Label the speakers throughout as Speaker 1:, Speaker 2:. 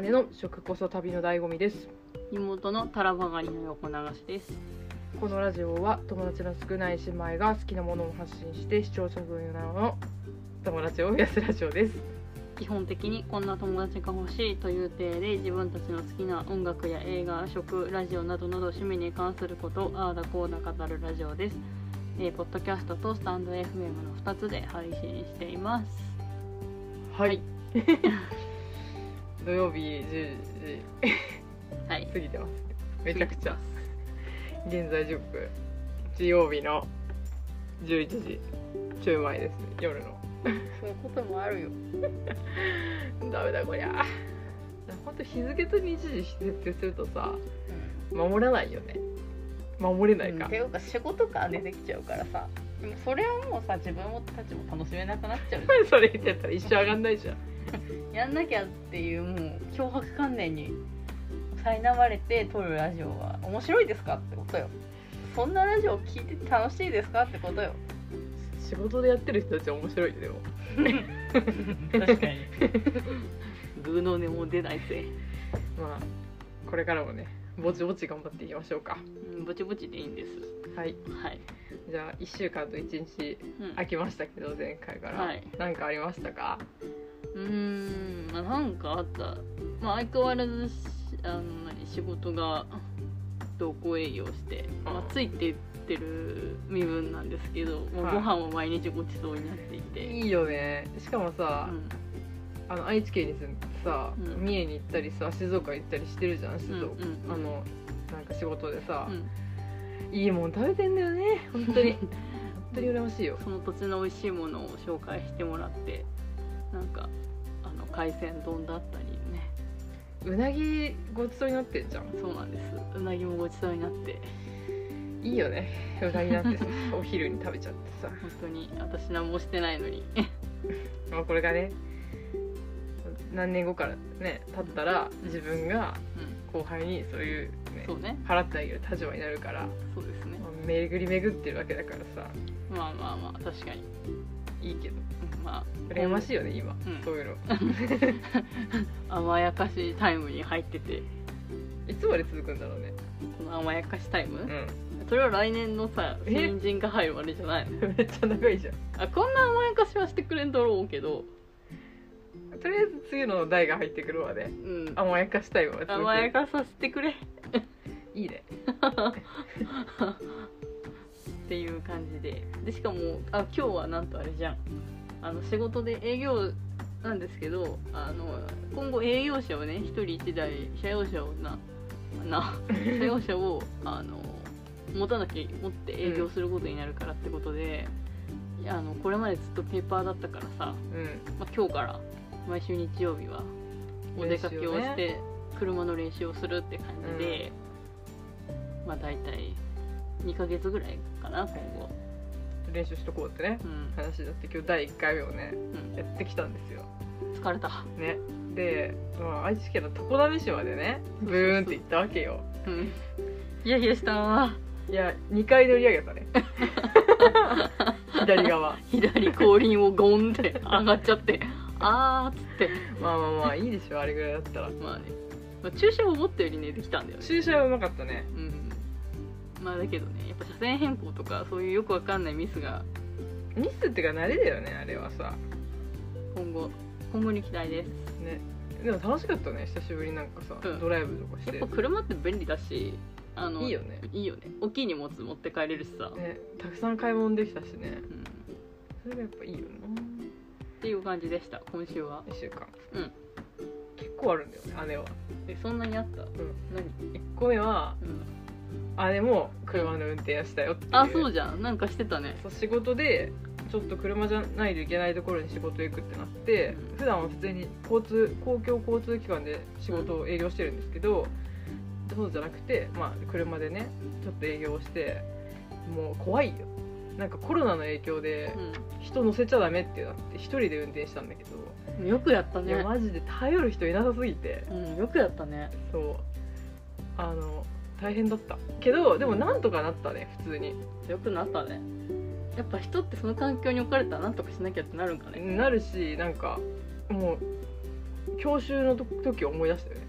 Speaker 1: 姉の食こそ旅の醍醐味です
Speaker 2: 妹のタラバガニの横流しです
Speaker 1: このラジオは友達の少ない姉妹が好きなものを発信して視聴者分野の友達を増やすラジオです
Speaker 2: 基本的にこんな友達が欲しいという体で自分たちの好きな音楽や映画食ラジオなどなど趣味に関することをああだこうだ語るラジオです、えーポッドキャストとスタンド FM の2つで配信しています
Speaker 1: はい 土曜日10時
Speaker 2: はい
Speaker 1: 過ぎてますめちゃくちゃ現在時刻日曜日の11時ちょい前ですね夜の
Speaker 2: そういうこともあるよ
Speaker 1: ダメだこりゃ本当日付と日時設定するとさ守らないよね守れないか、
Speaker 2: いうか仕事感出てきちゃうからさでもそれはもうさ自分たちも楽しめなくなっちゃう
Speaker 1: それ言ってたら一生上がんないじゃん
Speaker 2: やんなきゃっていうもう脅迫観念に苛まれて撮るラジオは面白いですかってことよそんなラジオを聞いてて楽しいですかってことよ
Speaker 1: 仕事でやってる人たちは面白いよでも
Speaker 2: 確かにグーの音も出ないぜ、
Speaker 1: まあこれからもねぼちぼち頑張っていきましょうか
Speaker 2: うん、ぼちぼちでいいんです
Speaker 1: はい
Speaker 2: はい、
Speaker 1: じゃあ1週間と1日
Speaker 2: うん、
Speaker 1: 空きましたけど前回から、
Speaker 2: はい
Speaker 1: 何かありましたか
Speaker 2: うーんまあなんかあった、まあ、相変わらずしあの何仕事が同行営業して、まあ、ついていってる身分なんですけど、まあ、
Speaker 1: はい
Speaker 2: ご飯は毎日ごちそうになっていて、
Speaker 1: いいよねしかもさ、
Speaker 2: うん
Speaker 1: あの愛知県に住んでさ、
Speaker 2: うん
Speaker 1: 三重に行ったりさ静岡行ったりしてるじゃん静岡、
Speaker 2: うんうん
Speaker 1: あのなんか仕事でさ
Speaker 2: う、ん
Speaker 1: いいもん食べてんだよね本当に本当に羨ましいよ
Speaker 2: その土地の美味しいものを紹介してもらってなんかあの海鮮丼だったりね
Speaker 1: うなぎごちそうになってんじゃん
Speaker 2: そうなんですうなぎもごちそうになって
Speaker 1: いいよねうなぎなんてさお昼に食べちゃってさ、
Speaker 2: 本当に私何もしてないのに
Speaker 1: まあ、これがね何年後からね経ったら自分が
Speaker 2: う
Speaker 1: 後輩にそういう、ね
Speaker 2: ん、そうね
Speaker 1: 払ってあげる立場になるから、ま
Speaker 2: そうですね
Speaker 1: あ巡り巡ってるわけだからさ
Speaker 2: まあまあまあ確かに
Speaker 1: いいけど
Speaker 2: うんま
Speaker 1: 羨ましいよね今、
Speaker 2: ん
Speaker 1: そういうの
Speaker 2: あ甘やかしタイムに入ってて
Speaker 1: いつまで続くんだろうね
Speaker 2: この甘やかしタイム、
Speaker 1: う
Speaker 2: それは来年のさ
Speaker 1: え
Speaker 2: 新人が入るあれじゃないの
Speaker 1: んめっちゃ長いじゃん
Speaker 2: あこんな甘やかしはしてくれんだろうけど、
Speaker 1: とりあえず次の代が入ってくるまで
Speaker 2: うん、
Speaker 1: 甘やかしたいわ続く
Speaker 2: 甘やかさせてくれ
Speaker 1: い いね
Speaker 2: っていう感じででしかもあ今日はなんとあれじゃんあの仕事で営業なんですけどあの今後営業者をね一人一台社用車をなな社用車をあの持たなきゃ持って営業することになるからってことで、いやあのこれまでずっとペーパーだったからさ、
Speaker 1: うん
Speaker 2: まあ、今日から毎週日曜日はお出かけをし
Speaker 1: 練
Speaker 2: て車の練習をするって感じで、まあ大体2ヶ月ぐらいかな今後。
Speaker 1: 練習しとこうってね
Speaker 2: うん
Speaker 1: 話だって今日第1回目をねやってきたんですよ
Speaker 2: 疲れた、
Speaker 1: ねで、まあ、愛知県の常滑市までねブーンって行ったわけよ
Speaker 2: うん、いやいやしたわ
Speaker 1: いや2回乗り上げ たね左側
Speaker 2: 左後輪をゴンって上がっちゃってあーっつって
Speaker 1: まあまあまあいいでしょあれぐらいだったら
Speaker 2: まあね、まあ、駐車を思ったよりねできたんだよね
Speaker 1: 駐車はうまかったね
Speaker 2: うんまあだけどねやっぱ車線変更とかそういうよくわかんないミスが
Speaker 1: ミスっていうか慣れだよねあれはさ
Speaker 2: 今後今後に期待です
Speaker 1: ねでも楽しかったね久しぶりになんかさ、
Speaker 2: うん
Speaker 1: ドライブとかし
Speaker 2: やってぱ車って便利だしあの
Speaker 1: いいよね
Speaker 2: いいよね大きい荷物持って帰れるしさ、
Speaker 1: ねたくさん買い物できたしね
Speaker 2: うん、っ
Speaker 1: それがやっぱいいよな
Speaker 2: ていう感じでした今週は
Speaker 1: 1週間
Speaker 2: うん
Speaker 1: 結構あるんだよね姉は
Speaker 2: えそんなにあった、何、
Speaker 1: 1個目は
Speaker 2: うん、
Speaker 1: 姉も車の運転をしたよっていう
Speaker 2: あそうじゃんなんかしてたね
Speaker 1: そう仕事でちょっと車じゃないといけないところに仕事行くってなって、
Speaker 2: うん
Speaker 1: 普段は普通に交通公共交通機関で仕事を営業してるんですけど、そうじゃなくて、まあ、車でねちょっと営業をしてもう怖いよなんかコロナの影響で
Speaker 2: うん
Speaker 1: 人乗せちゃダメってなって一人で運転したんだけど、
Speaker 2: よくやった
Speaker 1: いや
Speaker 2: ね。
Speaker 1: マジで頼る人いなさすぎて
Speaker 2: うん、よくやったね。
Speaker 1: そうあの大変だったけどでもなんとかなったね普通に
Speaker 2: よくなったね。やっぱ人ってその環境に置かれたらなんとかしなきゃってなるんかね。
Speaker 1: なるしなんかもう教習のと時を思い出し たよね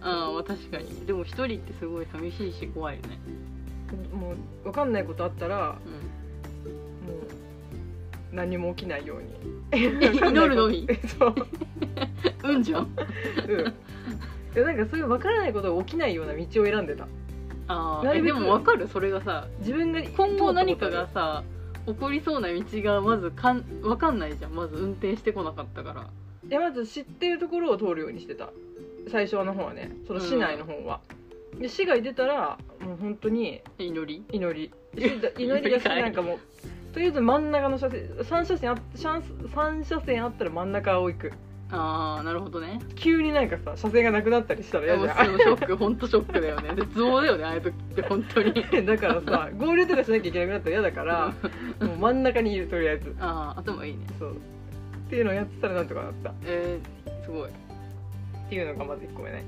Speaker 2: ああ確かにでも一人ってすごい寂しいし怖いよね
Speaker 1: もう分かんないことあったら
Speaker 2: う
Speaker 1: もう何も起きないように
Speaker 2: 祈るのみ
Speaker 1: そう、
Speaker 2: んうんじゃん
Speaker 1: うん、いやなんかそういう分からないことが起きないような道を選んでた
Speaker 2: あ
Speaker 1: な
Speaker 2: あ
Speaker 1: るべ
Speaker 2: で
Speaker 1: く
Speaker 2: もわかるそれがさ
Speaker 1: 自分が
Speaker 2: 今後何か
Speaker 1: 通った
Speaker 2: が
Speaker 1: こ
Speaker 2: さ起こりそうな道がまずかん分かんないじゃんまず運転してこなかったから
Speaker 1: とあるいやまず知ってるところを通るようにしてた最初の方はねその市内の方は、で市外出たらもう本当に
Speaker 2: 祈り
Speaker 1: 祈りしだ祈りだし
Speaker 2: 祈りかい
Speaker 1: なんかもうとりあえず真ん中の車線3車線あシャンス三車線あったら真ん中を行く
Speaker 2: ああなるほどね
Speaker 1: 急になんかさ車線がなくなったりしたら
Speaker 2: で
Speaker 1: 嫌
Speaker 2: も
Speaker 1: じ
Speaker 2: す
Speaker 1: ゃん
Speaker 2: ごいショック本当ショックだよ ね絶望だよねああいう時って本当に
Speaker 1: だからさ合流とかしなきゃいけなくなったら嫌だからもう真ん中にいるとりあえず
Speaker 2: ああ頭いいね
Speaker 1: そうっていうのをやってたらなんとかなったっ
Speaker 2: えー、すごい、
Speaker 1: ていうのがまず1個目ね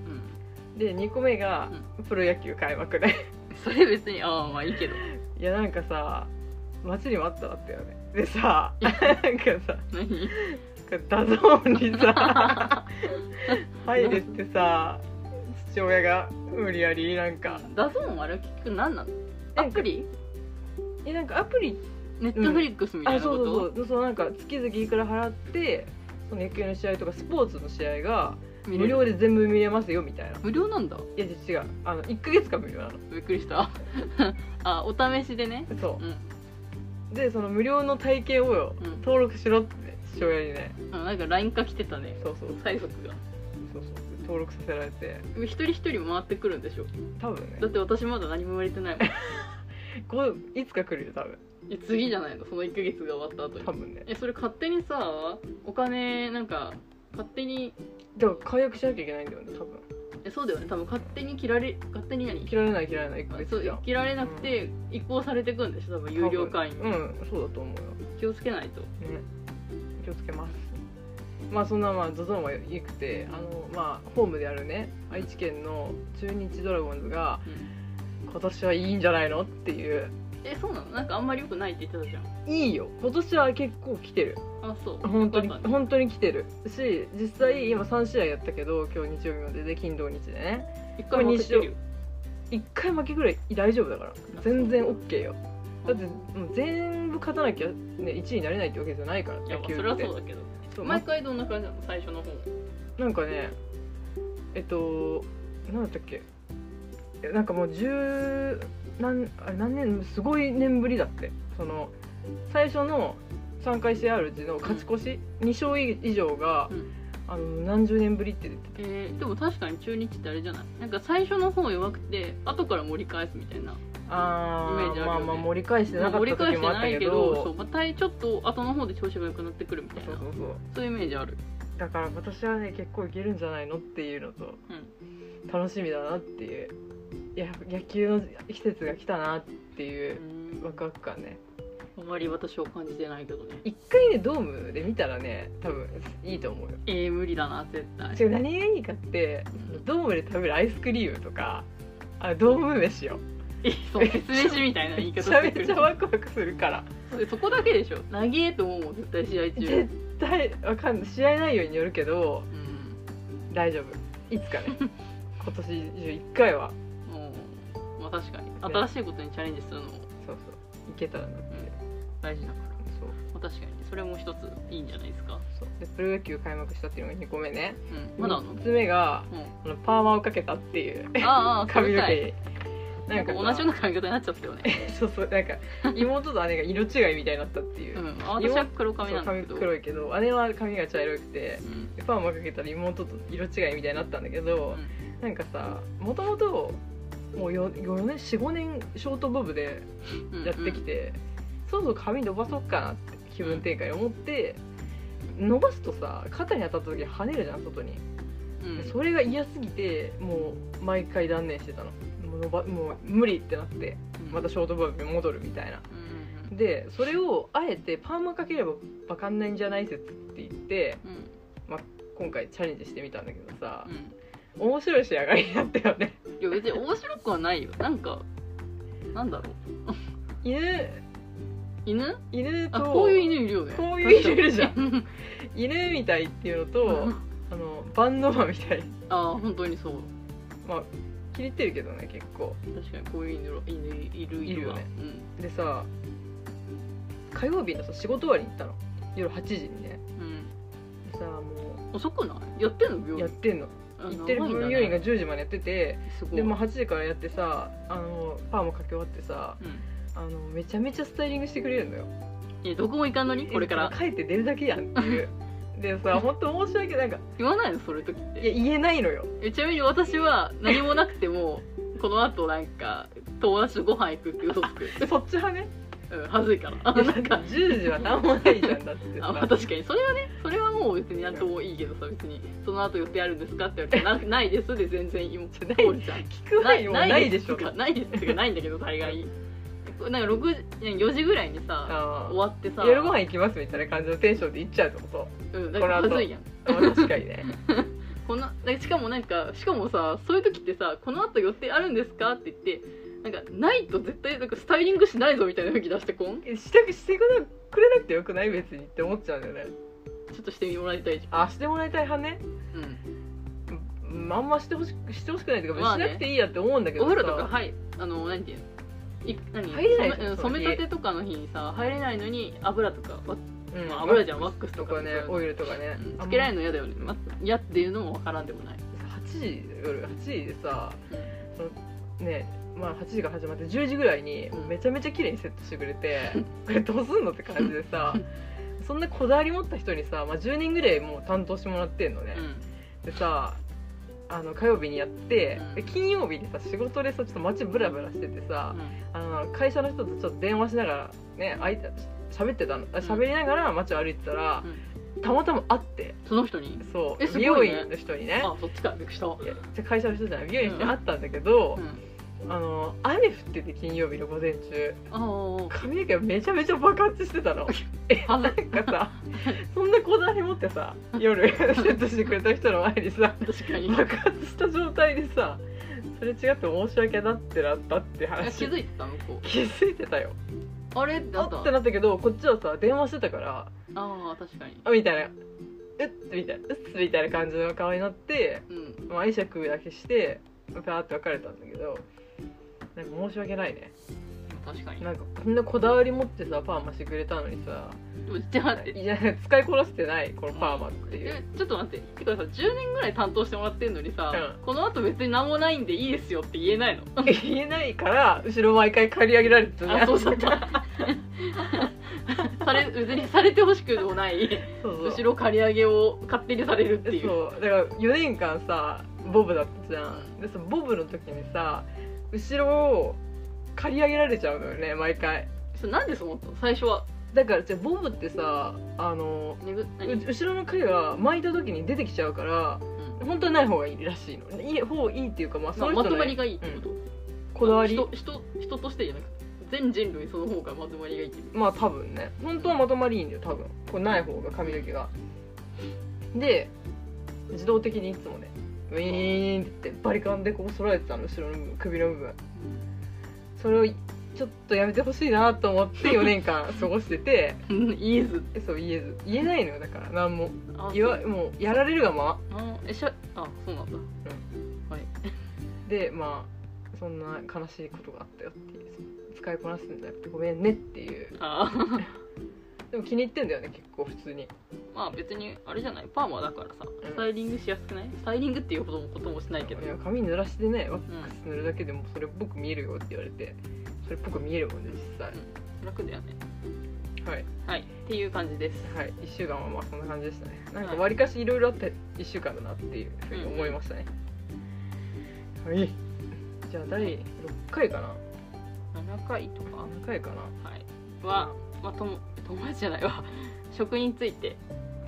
Speaker 2: うん、
Speaker 1: で2個目がプロ野球開幕ね
Speaker 2: それ別にああまあいいけど
Speaker 1: いやなんかさ街にもあったらあったよねでさ なんかさ
Speaker 2: 何
Speaker 1: ダゾーンにさ 入れってさ父親が無理やりなんか
Speaker 2: ダゾーンあれ結局何なのアプリ
Speaker 1: えなんかアプリ
Speaker 2: ネットフリックスみたい
Speaker 1: あ
Speaker 2: なこ
Speaker 1: そ
Speaker 2: と、
Speaker 1: うそうそうそうなんか月々いくら払ってその野球の試合とかスポーツの試合が
Speaker 2: 見れ
Speaker 1: 無
Speaker 2: る
Speaker 1: 料で全部見れますよみたいない
Speaker 2: 無料なんだ
Speaker 1: や違うあの1ヶ月間無料なの
Speaker 2: びっくりした あお試しでね
Speaker 1: そう
Speaker 2: うん
Speaker 1: うでその無料の体験をよ
Speaker 2: うん
Speaker 1: 登録しろってね父親にね
Speaker 2: あなんか LINE 化来てたね
Speaker 1: そうそう
Speaker 2: 催促が
Speaker 1: そうそう登録させられて
Speaker 2: 一人一人回ってくるんでしょ
Speaker 1: 多分ね
Speaker 2: だって私まだ何も言われて ないもん
Speaker 1: こういつか来るよ多分
Speaker 2: え次じゃないのその1ヶ月が終わった後
Speaker 1: 多
Speaker 2: に
Speaker 1: 分ね
Speaker 2: えそれ勝手にさお金なんか勝手に
Speaker 1: だから解約しなきゃいけないんだよね多分
Speaker 2: えそうだよね多分勝手に切られ勝手に何
Speaker 1: 切られない切られない1ヶ
Speaker 2: あそ
Speaker 1: 月じゃ
Speaker 2: うん切られなくて移行されてくんでしょ多分有料会員、
Speaker 1: うんそうだと思うよ
Speaker 2: 気をつけないと
Speaker 1: ね気をつけますまあそんなまあ ZOZON は良くてあのまあホームであるね愛知県の中日ドラゴンズが今年はいいんじゃないのっていう
Speaker 2: えそうなのなんかあんまり良くないって言ってたじゃん
Speaker 1: いいよ今年は結構来てる
Speaker 2: あそう
Speaker 1: 本当に
Speaker 2: よかったね
Speaker 1: 本当に来てるし実際今3試合やったけど今日日曜日までで金土日でね
Speaker 2: 一回もってるよ
Speaker 1: 1回負けぐらい大丈夫だから全然 OK よだってもう全部勝たなきゃ、ね、1位になれないってわけじゃないから
Speaker 2: いやま
Speaker 1: 野
Speaker 2: あ
Speaker 1: 球
Speaker 2: それは
Speaker 1: って
Speaker 2: そうだけど
Speaker 1: そう
Speaker 2: 毎回どんな感じなの最初の方
Speaker 1: なんかねえっと何だったっけえなんかもう十何あれ何年すごい年ぶりだってその最初の3回試合あるうちの勝ち越し、2勝以上が、
Speaker 2: うん
Speaker 1: あの何十年ぶりって言って
Speaker 2: えーでも確かに中日ってあれじゃないなんか最初の方弱くて後から盛り返すみたいな
Speaker 1: たあー
Speaker 2: イメージあるよね
Speaker 1: まあまあ盛り返してなかっ
Speaker 2: 盛り
Speaker 1: た
Speaker 2: 返し
Speaker 1: 時
Speaker 2: て
Speaker 1: もあった
Speaker 2: ない
Speaker 1: け
Speaker 2: け
Speaker 1: ど
Speaker 2: どそうまたちょっと後の方で調子が良くなってくるみたい
Speaker 1: そう
Speaker 2: な
Speaker 1: そうそう
Speaker 2: そういうイメージある
Speaker 1: だから私はね結構いけるんじゃないのっていうのと、楽しみだなっていういや野球の季節が来たなっ
Speaker 2: う
Speaker 1: ていうワ
Speaker 2: ん
Speaker 1: クワク感ね
Speaker 2: あんまり私は感じてないけどね
Speaker 1: 一回ねドームで見たらね多分いいと思うよ
Speaker 2: えー、無理だな絶対
Speaker 1: 違う何がいいかってドームで食べるアイスクリームとかあドーム飯よ
Speaker 2: え そう説明しみたいな言い
Speaker 1: め
Speaker 2: 方
Speaker 1: ちゃ
Speaker 2: して
Speaker 1: め
Speaker 2: くる
Speaker 1: ちゃワクワクするから
Speaker 2: そそこだけでしょ長えと思うもん絶対試合
Speaker 1: 絶
Speaker 2: 中
Speaker 1: 対わかんない試合内容によるけど
Speaker 2: うん
Speaker 1: 大丈夫いつかね 今年中一回は
Speaker 2: もうまあ確かに新しいことにチャレンジするのも
Speaker 1: そうそういけたらなって
Speaker 2: 大事だから、ま
Speaker 1: そう
Speaker 2: あ、確かにそれも一ついいんじゃないですか、
Speaker 1: そうでプロ野球開幕したっていうのが2個目ね
Speaker 2: うん、まだあんの、う
Speaker 1: 3つ目が
Speaker 2: ん、
Speaker 1: あのパーマをかけたっていう
Speaker 2: あーあー
Speaker 1: 髪の
Speaker 2: それ
Speaker 1: 毛
Speaker 2: なんか
Speaker 1: さ
Speaker 2: 同じような髪型になっちゃったよね、
Speaker 1: そうそうなんか妹と姉が色違いみたいになったっていう
Speaker 2: う、
Speaker 1: そうん
Speaker 2: 私は黒髪なんだ
Speaker 1: 髪
Speaker 2: けど
Speaker 1: 黒いけど姉は髪が茶色くて
Speaker 2: うん
Speaker 1: でパーマかけたら妹と色違いみたいになったんだけど、なんかさもともともうよ4年45年ショートボブで
Speaker 2: うん
Speaker 1: やってきて、そろそろ髪伸ばそうかなって気分転換に思って伸ばすとさ肩に当たった時跳ねるじゃん外に、
Speaker 2: うんうん
Speaker 1: それが嫌すぎてもう毎回断念してたのもう伸ばもう無理ってなってまたショートボブに戻るみたいな
Speaker 2: うんうん
Speaker 1: でそれをあえてパーマかければわかんないんじゃない説って言って
Speaker 2: うん
Speaker 1: 今回チャレンジしてみたんだけどさ
Speaker 2: う、ん
Speaker 1: 面白い仕上がりになったよね
Speaker 2: いや別に面白くはないよなんかなんだろ
Speaker 1: 犬
Speaker 2: 犬
Speaker 1: 犬と
Speaker 2: あこういう犬いるよね
Speaker 1: こういう犬いるじゃ
Speaker 2: ん
Speaker 1: 犬みたいっていうのとあの万能馬みたい
Speaker 2: ああ本当にそう
Speaker 1: まあ切りってるけどね結構
Speaker 2: 確かにこういう犬ろ犬いる
Speaker 1: いるよね、
Speaker 2: いるわ
Speaker 1: でさ火曜日のさ仕事終わりに行ったの夜8時にね
Speaker 2: うん
Speaker 1: でさも
Speaker 2: うん、遅くないやってんの
Speaker 1: う
Speaker 2: 病
Speaker 1: やっ
Speaker 2: 院
Speaker 1: てんの行ってる
Speaker 2: あ長いんだ
Speaker 1: 病
Speaker 2: ね
Speaker 1: 院が10時までやってて
Speaker 2: すごい
Speaker 1: でも8時からやってさあのパーもかけ終わってさ
Speaker 2: うん
Speaker 1: あのめちゃめちゃスタイリングしてくれるのよ
Speaker 2: いやどこも行かんのにこれから
Speaker 1: 帰って出るだけやんっ ていうでさ本当申し訳ないなんか
Speaker 2: 言わないのそういう時っ
Speaker 1: いや
Speaker 2: て
Speaker 1: 言えないのよ
Speaker 2: えちなみに私は何もなくても この後なんか友達とご飯行くって嘘つく、
Speaker 1: そっち派ね
Speaker 2: うん、恥ずいからあ
Speaker 1: いや
Speaker 2: な
Speaker 1: なん
Speaker 2: ん
Speaker 1: か
Speaker 2: か
Speaker 1: 10時は何もないじゃんだって
Speaker 2: あまあ
Speaker 1: さ
Speaker 2: 確かにそれはねそれはもう別になんともいいけどさ別にその後予定あるんですかって言われてなないですで全然今
Speaker 1: じゃない
Speaker 2: 通るじゃん
Speaker 1: 聞く範囲もないでしょ
Speaker 2: とかないですとかないんだけど大概なんか六4時ぐらいにさ
Speaker 1: あ
Speaker 2: 終わってさ
Speaker 1: ー夜ご飯行きますみたいな感じのテンションで行っちゃうってこと
Speaker 2: うんだから
Speaker 1: この後
Speaker 2: まずいやん
Speaker 1: あ確かに ね
Speaker 2: こんなだからしかもなんかしかもさそういう時ってさ「この後予定あるんですか?」って言ってなんかないと絶対なんかスタイリングしないぞみたいな雰囲気出してこんち
Speaker 1: したくしてくなくれなくてよくない別にって思っちゃうんだよね
Speaker 2: ょっとしてもらいたいじゃん
Speaker 1: あしてもらいたい派ね
Speaker 2: うん
Speaker 1: うんあんましてほしくしてほしくないっていうか、
Speaker 2: まあ
Speaker 1: し
Speaker 2: ね
Speaker 1: なくていいやって思うんだけ
Speaker 2: お
Speaker 1: どさ
Speaker 2: 風呂とかはいあの何て言うのい何
Speaker 1: 入れないじ
Speaker 2: 染め
Speaker 1: ゃん
Speaker 2: うん
Speaker 1: その
Speaker 2: 染
Speaker 1: 日
Speaker 2: めたてとかの日にさ入れないのに油とか、わ
Speaker 1: うん
Speaker 2: まあ油じゃんワックスと
Speaker 1: と
Speaker 2: か
Speaker 1: かね
Speaker 2: そう
Speaker 1: オ
Speaker 2: いう
Speaker 1: イルとか
Speaker 2: のうん
Speaker 1: ね、あんま
Speaker 2: つけられるの嫌だよね、ま、嫌っていうのもわからんでもない
Speaker 1: 8時夜8時でさそのねまあ8時から始まって10時ぐらいに
Speaker 2: うん
Speaker 1: めちゃめちゃ綺麗にセットしてく れてこれどうすんのって感じでさそんなこだわり持った人にさ、まあ、10人ぐらいもう担当してもらってんのね、
Speaker 2: う
Speaker 1: でさあの火曜日にやって、
Speaker 2: うん
Speaker 1: で金曜日にさ仕事でさちょっと街ブラブラしててさ
Speaker 2: ん、、
Speaker 1: あの会社の人とちょっと電話しながらねあいた喋ってたのあ喋りながら街を歩いてたら、たまたま会って
Speaker 2: その人に
Speaker 1: そう、
Speaker 2: えすごい
Speaker 1: 美
Speaker 2: ね
Speaker 1: 容院の人にね
Speaker 2: あそっちかびっくりした、うん
Speaker 1: いやじゃ会社の人じゃない美容院の人に会ったんだけど、あの雨降ってて金曜日の午前中
Speaker 2: あー
Speaker 1: 髪の毛がめちゃめちゃ爆発して たのえなんかさそんなこだわり持ってさ夜セットしてくれた人の前にさ
Speaker 2: 確かに
Speaker 1: 爆発した状態でさそれ違って申し訳なってなったって
Speaker 2: あ気
Speaker 1: 話
Speaker 2: づいてた向こ
Speaker 1: 気づいてたよ
Speaker 2: うあれって
Speaker 1: あ
Speaker 2: あ
Speaker 1: っ
Speaker 2: った
Speaker 1: て
Speaker 2: あ
Speaker 1: なったけどこっちはさ電話してたから
Speaker 2: あー確かに
Speaker 1: あみたいな「うっ」みたいな「うっ」みたいな感じの顔になって
Speaker 2: うん
Speaker 1: まあ、会釈だけしてパーって別れたんだけどなんか申し訳ないね
Speaker 2: 確かに
Speaker 1: なんかこんなこだわり持ってさパーマしてくれたのにさ
Speaker 2: でもじゃあ待って
Speaker 1: いや使いこなせてないこのパーマっていう
Speaker 2: えちょっと待っててかさ10年ぐらい担当してもらってんのにさ、
Speaker 1: う
Speaker 2: この後別に何もないんでいいですよって言えないの
Speaker 1: 言えないから後ろ毎回借り上げられてたじゃん
Speaker 2: あそう だったされ別にされてほしくもない
Speaker 1: そうそう
Speaker 2: 後ろ借り上げを勝手にされるっていう
Speaker 1: そうだから4年間さボブだったじゃんでそのボブの時にさ後ろを借り上げられちゃうのよね毎回
Speaker 2: そうなんでそう思ったの最初は
Speaker 1: だからじゃあボブってさあの
Speaker 2: ねぐ
Speaker 1: う
Speaker 2: 何
Speaker 1: 後ろの毛が巻いた時に出てきちゃうから
Speaker 2: うん
Speaker 1: 本当はない方がいいらしいのいい方いいっていうかまあ
Speaker 2: ま
Speaker 1: そ
Speaker 2: あ
Speaker 1: の
Speaker 2: まと
Speaker 1: 人の
Speaker 2: ま
Speaker 1: ね、
Speaker 2: りがいいってこと、
Speaker 1: こだわり
Speaker 2: 人人人としてじゃなくて全人類その方がまとまりがいいっていう
Speaker 1: まあ多分ね本当はまとまりいいんだよ多分これない方が髪の毛がで自動的にいつもねウィーンってバリカンでこう揃えてたの後ろの部分首の部分それをちょっとやめてほしいなと思って4年間過ごしてて
Speaker 2: うんイーズ
Speaker 1: えそう言えず言えないのよだから何も
Speaker 2: あ
Speaker 1: 言わ
Speaker 2: そう
Speaker 1: もうやられるがま
Speaker 2: あえしゃあそうなんだ、はい
Speaker 1: までまあそんな悲しいことがあったよっていう使いこなすんじゃなくてごめんねっていう
Speaker 2: あー
Speaker 1: でも気に入ってんだよね結構普通に
Speaker 2: まあ別にあれじゃないパーマだからさ
Speaker 1: ん
Speaker 2: スタイリングしやすくないスタイリングっていうほどのこともしないけど
Speaker 1: いや髪濡らしてねワックス塗るだけでもそれっぽく見えるよって言われてそれっぽく見えるもんね実際
Speaker 2: 楽だよね
Speaker 1: はい
Speaker 2: はいっていう感じです
Speaker 1: はい1週間はまあそんな感じでしたねなんかわりかしいろいろあって1週間だなっていうふうに思いましたねはいじゃあ第6回かな
Speaker 2: 7回とか
Speaker 1: 何回かな
Speaker 2: はいは、まあ、とも友達じゃないわ 食について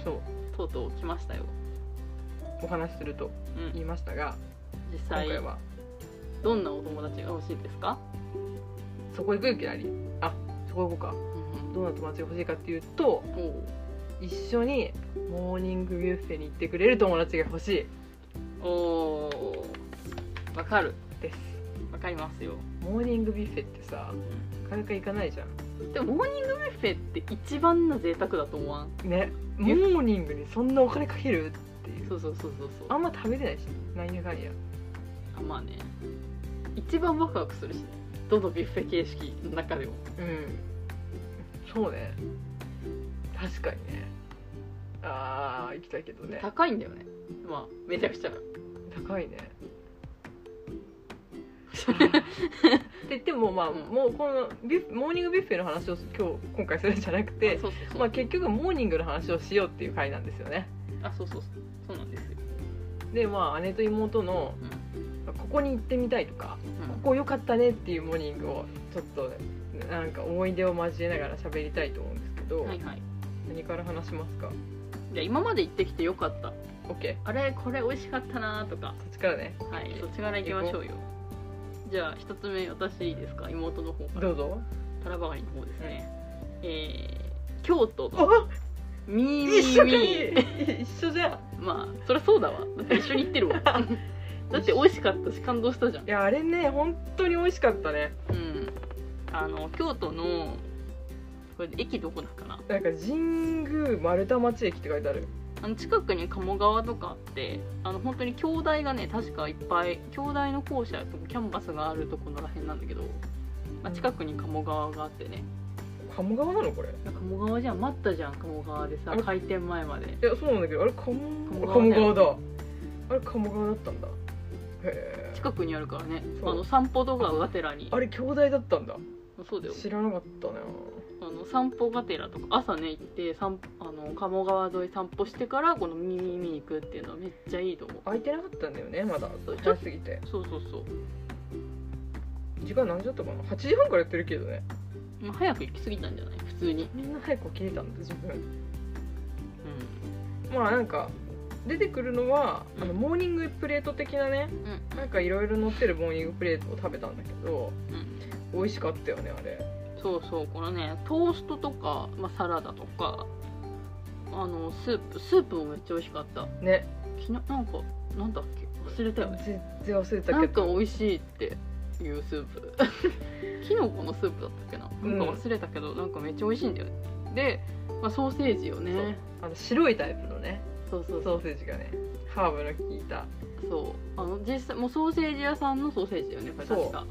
Speaker 1: そう
Speaker 2: とうとう来ましたよ、
Speaker 1: お話しすると
Speaker 2: うん、
Speaker 1: 言いましたが
Speaker 2: 実
Speaker 1: 今
Speaker 2: 際
Speaker 1: 回は
Speaker 2: どんなお友達が欲しいですか、
Speaker 1: そこ行くいきなりあそこ行こうか
Speaker 2: うん
Speaker 1: どんな友達が欲しいかっていうと
Speaker 2: おう
Speaker 1: 一緒にモーニングビュッフェに行ってくれる友達が欲しい
Speaker 2: おーわかる
Speaker 1: です
Speaker 2: わかりますよ、
Speaker 1: モーニングビュッフェってさ
Speaker 2: うん
Speaker 1: なかなか行かないじゃん
Speaker 2: でもモーニングビュッフェって一番の贅沢だと思わん
Speaker 1: ねモーニングにそんなお金かけるっていう
Speaker 2: そうそうそうそうそう
Speaker 1: あんま食べれないし何やかんや
Speaker 2: あまあね一番ワクワクするしねどのビュッフェ形式の中でも
Speaker 1: うんそうね確かにねあー行きたいけどね
Speaker 2: 高いんだよねまあめちゃくち ゃって
Speaker 1: 高いねって言ってもまあ、
Speaker 2: うん
Speaker 1: もうこのビュッフェモーニングビュッフェの話を今日今回するんじゃなくて
Speaker 2: そうそうそう、
Speaker 1: まあ、結局モーニングの話をしようっていう回なんですよね
Speaker 2: あそうそうそうそうなんですよ、
Speaker 1: でまあ姉と妹の
Speaker 2: うん
Speaker 1: ここに行ってみたいとかここ良かったねっていうモーニングをちょっとなんか思い出を交えながら喋りたいと思うんですけど、
Speaker 2: うんはいはい
Speaker 1: 何から話しますか
Speaker 2: じゃあ今まで行ってきてよかった
Speaker 1: OK
Speaker 2: あれこれ美味しかったなーとか
Speaker 1: そっちからね
Speaker 2: はいそっちから行きましょうよじゃあ一つ目私いいですか妹の方から
Speaker 1: どうぞ
Speaker 2: タラバガニの方ですね、えー、京都の
Speaker 1: あ
Speaker 2: ミーミー
Speaker 1: 一緒か
Speaker 2: ミー
Speaker 1: い一緒じゃん
Speaker 2: まあそりゃそうだわだって一緒に行ってる わだって美味しかったし感動したじゃん
Speaker 1: いやあれね本当に美味しかったね
Speaker 2: うんあの京都のこれ駅どこだっかな
Speaker 1: なんか神宮丸太町駅って書いてある
Speaker 2: あの近くに鴨川とかあってあの本当に京大がね確かいっぱい京大の校舎とキャンバスがあるところらへんなんだけど、まあ、近くに鴨川があってね
Speaker 1: 鴨川なのこれい
Speaker 2: 鴨川じゃん待ったじゃん鴨川でさ
Speaker 1: あれ
Speaker 2: 開店前まで
Speaker 1: やそうなんだけどあれ鴨
Speaker 2: 鴨
Speaker 1: 鴨
Speaker 2: 川
Speaker 1: 川
Speaker 2: だ
Speaker 1: だあれ鴨川だったんだへえ
Speaker 2: 近くにあるからね
Speaker 1: そう
Speaker 2: あの散歩動画がてらに
Speaker 1: あれ兄弟だったんだ
Speaker 2: そうだよ
Speaker 1: 知らなかったな
Speaker 2: あの散歩がてらとか朝ね行って散あの鴨川沿い散歩してからこの耳見に行くっていうのはめっちゃいいと思う
Speaker 1: 空いてなかったんだよねまだ
Speaker 2: そうちょ
Speaker 1: 早すぎて
Speaker 2: そうそうそう
Speaker 1: 時間何時だったかな8時半からやってるけどね
Speaker 2: まあ早く行き過ぎたんじゃない普通に
Speaker 1: みんな早く起きれたんだ自分
Speaker 2: う
Speaker 1: まあなんか出てくるのは、
Speaker 2: うん
Speaker 1: あのモーニングプレート的なね
Speaker 2: んうん
Speaker 1: なんかいろいろ乗ってるモーニングプレートを食べたんだけど、
Speaker 2: うん
Speaker 1: 美味しかったよねあれ
Speaker 2: そうそうこのねトーストとか、まあ、サラダとかあのスープスープもめっちゃ美味しかった
Speaker 1: ね
Speaker 2: 昨日なんかなんだっけ忘れたよね
Speaker 1: 全然忘れた
Speaker 2: な
Speaker 1: け
Speaker 2: んか
Speaker 1: ど
Speaker 2: 美味しいっていうスープ キノコのスープだったっけななんか忘れたけど、なんかめっちゃ美味しいんだよねで、まあ、ソーセージよね
Speaker 1: あの白いタイプのね
Speaker 2: そうそうそう
Speaker 1: ソーセージがねハーブの効いた
Speaker 2: そうあの実際もうソーセージ屋さんのソーセージだよねこれ確か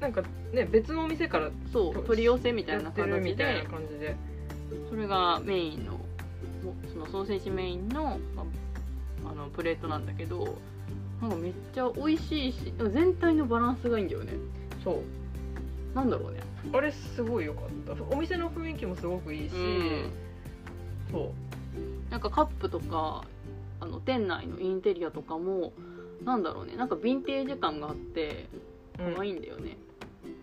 Speaker 1: なんかね別のお店から
Speaker 2: そう
Speaker 1: そう
Speaker 2: 取り寄せみた
Speaker 1: や
Speaker 2: いな
Speaker 1: ってる
Speaker 2: 形
Speaker 1: みたい
Speaker 2: で
Speaker 1: な感じで
Speaker 2: それがメインのもそのソーセージメインの,、まあ、あのプレートなんだけどなんかめっちゃ美味しいし全体のバランスがいいんだよね
Speaker 1: そう
Speaker 2: なんだろうね
Speaker 1: あれすごい良かったお店の雰囲気もすごくいいし、
Speaker 2: うん
Speaker 1: そ
Speaker 2: なんかカップとかあの店内のインテリアとかもなんだろうねなんかヴィンテージ感があって
Speaker 1: う、うん
Speaker 2: 可愛いんだよね、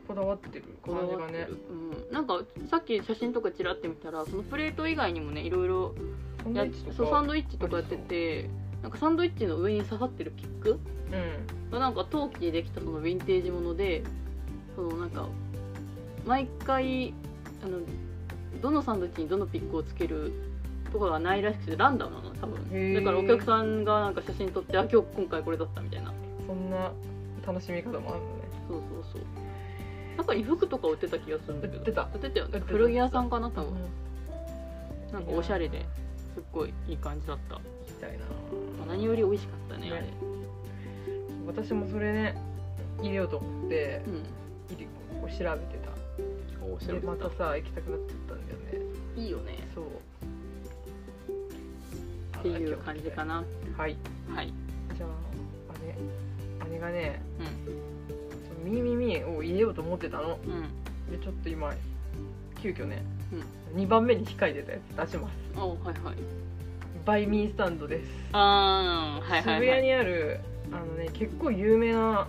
Speaker 1: こだわってる
Speaker 2: こだ
Speaker 1: 感じ
Speaker 2: わ
Speaker 1: が
Speaker 2: ってる
Speaker 1: ね
Speaker 2: うん、なんかさっき写真とかちらって見たらそのプレート以外にもねいろいろ
Speaker 1: サンド
Speaker 2: や
Speaker 1: イッチとか
Speaker 2: そうサンドイッチとかやっててなんかサンドイッチの上に刺さってるピック
Speaker 1: うん
Speaker 2: がなんか陶器でできたそのヴィンテージものでそのなんか毎回あのどのサンドイッチにどのピックをつけるとかがないらしくてランダムなの多分
Speaker 1: へー
Speaker 2: だからお客さんがなんか写真撮ってあ今日今回これだったみたいな
Speaker 1: そんな楽しみ方もあるのね
Speaker 2: そうそうそう中に服とか売ってた気がするんだけど
Speaker 1: 売ってた
Speaker 2: 売ってたよ
Speaker 1: 売って
Speaker 2: ね
Speaker 1: た
Speaker 2: 古着屋さんかな多
Speaker 1: うん
Speaker 2: 分なんかおしゃれですっごいいい感じだった、ま
Speaker 1: 行きたいな
Speaker 2: あ、何より美味しかったね
Speaker 1: ね
Speaker 2: あれ
Speaker 1: 私もそれね入れようと思って
Speaker 2: うん
Speaker 1: 入れこう調べてた
Speaker 2: 面
Speaker 1: でま
Speaker 2: か
Speaker 1: た
Speaker 2: っ
Speaker 1: さ行きたくなっちゃったんだよね
Speaker 2: たいいよね
Speaker 1: そう
Speaker 2: っていう感じかな
Speaker 1: はい
Speaker 2: はい
Speaker 1: じゃあ姉姉がね
Speaker 2: うん
Speaker 1: そのミーミーミーを入れようと思ってたの
Speaker 2: うん
Speaker 1: でちょっと今急遽ね、
Speaker 2: うん
Speaker 1: 二2番目に控えてたやつ出します
Speaker 2: あはいはい
Speaker 1: バイミースタンドです、
Speaker 2: あーはいはい
Speaker 1: 渋
Speaker 2: はい
Speaker 1: 谷にあるあのね結構有名な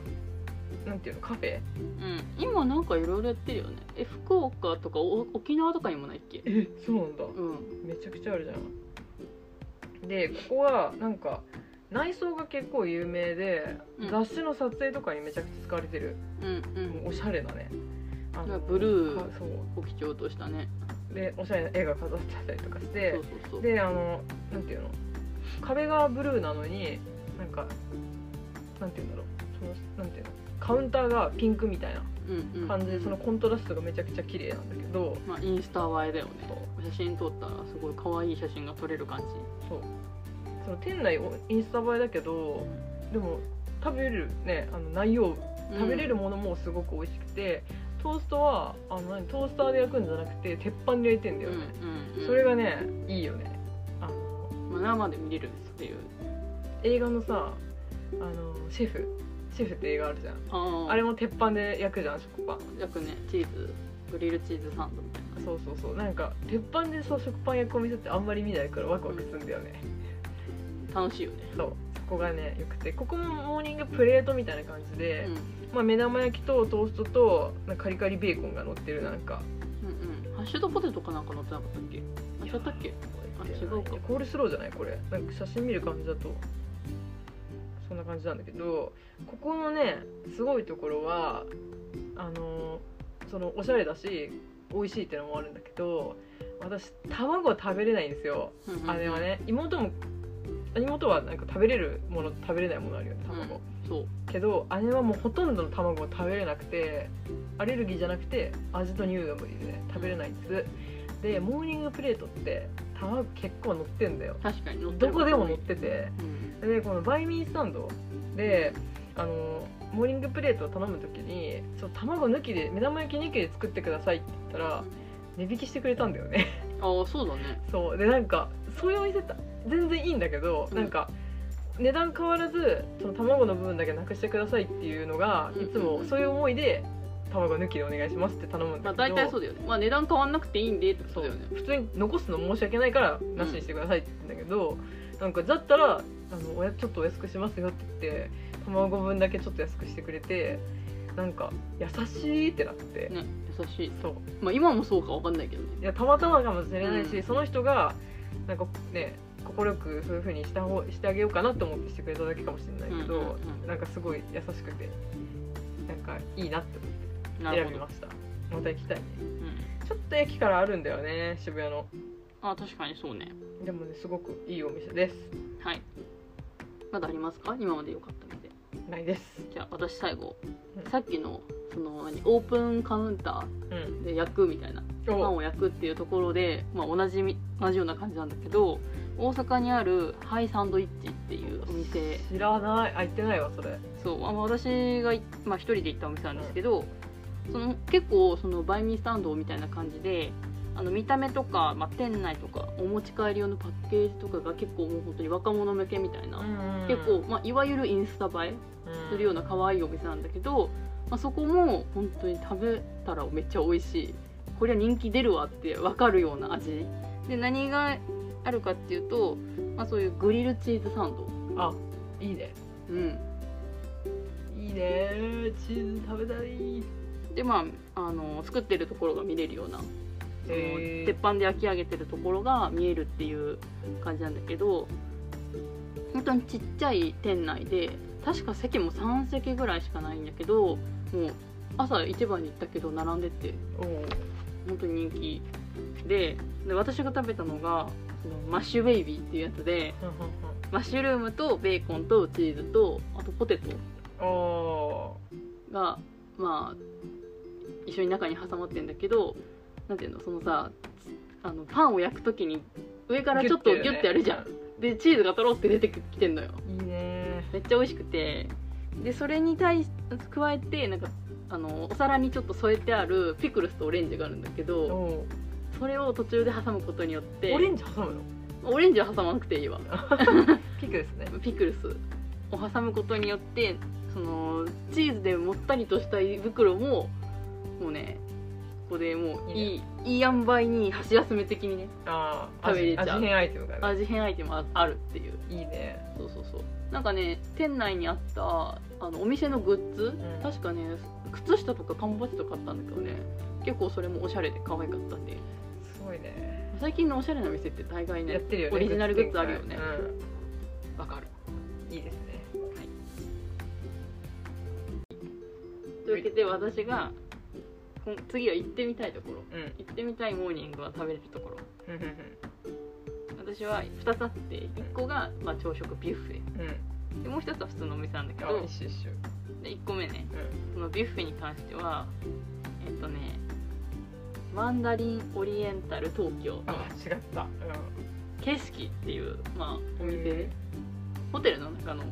Speaker 1: なんていうのカフェ
Speaker 2: うん、今なんかいろいろやってるよねえ福岡とかお沖縄とかにもないっけ
Speaker 1: えそうなんだ
Speaker 2: うん
Speaker 1: めちゃくちゃあるじゃんでここはなんか内装が結構有名で、
Speaker 2: うん
Speaker 1: 雑誌の撮影とかにめちゃくちゃ使われてる、
Speaker 2: うんう
Speaker 1: も
Speaker 2: ん
Speaker 1: うおしゃれなねあ
Speaker 2: なんかブルー
Speaker 1: かそう
Speaker 2: を基調としたね
Speaker 1: でおしゃれな絵が飾ってあったりとかし
Speaker 2: そ
Speaker 1: て
Speaker 2: うそうそう
Speaker 1: であのなんていうの壁がブルーなのになんかなんていうんだろうそのなんていうのカウンターがピンクみたいな
Speaker 2: うんうん
Speaker 1: 感じでそのコントラストがめちゃくちゃ綺麗なんだけど
Speaker 2: まあ、インスタ映えだよね写真撮ったらすごい可愛い写真が撮れる感じ
Speaker 1: そうその店内おインスタ映えだけどでも食べれるねあの内容食べれる
Speaker 2: も
Speaker 1: ものもすごく美味しくて、トーストはあの何トースターで焼くんじゃなくて鉄板で焼いてんだよね、それがねいいよねあの
Speaker 2: まあ、生で見れるっていう
Speaker 1: 映画のさあのシェフシェフって映画あるじゃん
Speaker 2: あ
Speaker 1: あれも鉄板で焼くじゃん食パン
Speaker 2: よくねチーズグリルチーズサンドみたいな
Speaker 1: そうそうそうなんか鉄板でさ食パン焼くお店ってあんまり見ないからワクワクするんだよね、
Speaker 2: 楽しいよね
Speaker 1: そうそこがねよくてここもモーニングプレートみたいな感じで、
Speaker 2: うん
Speaker 1: まあ、目玉焼きとトーストとなんかカリカリベーコンが乗ってるなんか
Speaker 2: うんうんハッシュドポテトかなんか乗ってなかったっけあ違ったっけあ違うか
Speaker 1: コールスローじゃないこれなんか写真見る感じだとそんな感じなんだけどここのねすごいところはあのそのおしゃれだし美味しいってのもあるんだけど私卵食べれないんですよ
Speaker 2: うんうん
Speaker 1: あれはね妹も妹はなんか食べれるものと食べれないものあるよね卵、
Speaker 2: そう
Speaker 1: けど姉はもうほとんどの卵を食べれなくてアレルギーじゃなくて味と匂いが無理でね食べれないんですでモーニングプレートって卵結構乗ってんだよ
Speaker 2: 確かに乗って
Speaker 1: ど
Speaker 2: る
Speaker 1: こでも乗ってて
Speaker 2: うん
Speaker 1: でこのバイミースタンドであのモーニングプレートを頼む時にちょっと卵抜きで目玉焼き抜きで作ってくださいって言ったら値引きしてくれたんだよね
Speaker 2: ああそうだね
Speaker 1: そうでなんかそういうお店って全然いいんだけど、
Speaker 2: うん
Speaker 1: なんか値段変わらずその卵の部分だけなくしてくださいっていうのが
Speaker 2: うん
Speaker 1: いつ
Speaker 2: うんう
Speaker 1: も
Speaker 2: ん
Speaker 1: そういう思いで卵抜きでお願いしますって頼むん
Speaker 2: ま
Speaker 1: だ
Speaker 2: あ
Speaker 1: けど、
Speaker 2: 大体そうだよねまあ値段変わんなくていいんでってこと
Speaker 1: そう
Speaker 2: だよね
Speaker 1: 普通に残すの申し訳ないからなしにしてくださいって言ってんだけど、なんかだったらあのおやちょっとお安くしますよって言って卵分だけちょっと安くしてくれてなんか優しいってなって、
Speaker 2: ね優しい
Speaker 1: そう
Speaker 2: まあ今もそうかわかんないけどね
Speaker 1: いやたまたまかもしれないし、
Speaker 2: うん
Speaker 1: その人がなんかね快くそういう風にした方してあげようかなと思ってしてくれただけかもしれないけど、
Speaker 2: うんうんうん
Speaker 1: なんかすごい優しくてなんかいいなって
Speaker 2: な
Speaker 1: 思
Speaker 2: る
Speaker 1: って選
Speaker 2: ほ
Speaker 1: び
Speaker 2: ど
Speaker 1: ましたまた行きたいね
Speaker 2: うん
Speaker 1: ちょっと駅からあるんだよね渋谷の
Speaker 2: あ確かにそうね
Speaker 1: でもねすごくいいお店です
Speaker 2: はいまだありますか今まで良かったので
Speaker 1: ないです
Speaker 2: じゃあ私最後、
Speaker 1: うん
Speaker 2: さっきのその何オープンカウンタ
Speaker 1: うん
Speaker 2: ーで焼くみたいな
Speaker 1: お
Speaker 2: パンを焼くっていうところで、まあ、同じみ同じような感じなんだけど大阪にあるハイサンドイッチっていうお店
Speaker 1: 知らないあ行ってないわそれ
Speaker 2: そうあの私がい、まあ、一人で行ったお店なんですけど、その結構そのバイミースタンドみたいな感じであの見た目とか、まあ、店内とかお持ち帰り用のパッケージとかが結構もう本当に若者向けみたいな、結構、まあ、いわゆるインスタ映えするような可愛いお店なんだけど、まあ、そこも本当に食べたらめっちゃ美味しいこれは人気出るわって分かるような味で何があるかっていうと、まあ、そういうグリルチーズサンド、
Speaker 1: うんあいいね
Speaker 2: うん、
Speaker 1: いいねチーズ食べたい
Speaker 2: でまああの作ってるところが見れるようなその
Speaker 1: へー
Speaker 2: 鉄板で焼き上げてるところが見えるっていう感じなんだけど本当にちっちゃい店内で確か席も3席ぐらいしかないんだけどもう朝市場に行ったけど並んでて
Speaker 1: おう
Speaker 2: 本当に人気でで私が食べたのがそのマッシュベイビーっていうやつでマッシュルームとベーコンとチーズとあとポテト
Speaker 1: お
Speaker 2: がまあ一緒に中に挟まってんだけどなんていうのそのさあのパンを焼くときに上からちょっとギュッてやるじゃん、でチーズがとろって出てきてんのよ
Speaker 1: いいね
Speaker 2: めっちゃ美味しくてでそれに対し加えてなんかあのお皿にちょっと添えてあるピクルスとオレンジがあるんだけど
Speaker 1: お
Speaker 2: それを途中で挟むことによって
Speaker 1: オレンジ挟むの
Speaker 2: オレンジは挟まなくていいわ
Speaker 1: ピクですね
Speaker 2: ピクルスを挟むことによってそのチーズでもったりとした胃袋ももうねここでもういいいい塩梅に箸休め的にね
Speaker 1: ああ
Speaker 2: 食べれちゃう
Speaker 1: 味味変アイテムがね
Speaker 2: 味変アイテムああるっていう
Speaker 1: いいね
Speaker 2: そうそうそうなんかね店内にあったあのお店のグッズ、
Speaker 1: ん
Speaker 2: 確かね靴下とか缶バッジとかあったんだけどね結構それもおしゃれで可愛かったんです
Speaker 1: ごいね
Speaker 2: 最近のおしゃれな店って大概
Speaker 1: やっ
Speaker 2: ね
Speaker 1: てるよね
Speaker 2: オリジナルグッズあるよね
Speaker 1: う
Speaker 2: わかる
Speaker 1: んいいですね
Speaker 2: というわけで私がこん次は行ってみたいところ
Speaker 1: うん
Speaker 2: 行ってみたいモーニングは食べれるところ
Speaker 1: うんうん
Speaker 2: 私は2つあって1個がまあ朝食ビュッフェ
Speaker 1: うんうん
Speaker 2: でもう1つは普通のお店なんだけ
Speaker 1: あ
Speaker 2: ど
Speaker 1: 一緒一緒
Speaker 2: で1個目ね
Speaker 1: うん
Speaker 2: そのビュッフェに関してはえっとねマンダリンオリエンタル東京
Speaker 1: あ違った、う
Speaker 2: 景色っていう、まあ、お
Speaker 1: う
Speaker 2: 店
Speaker 1: ん
Speaker 2: ホテルの中の、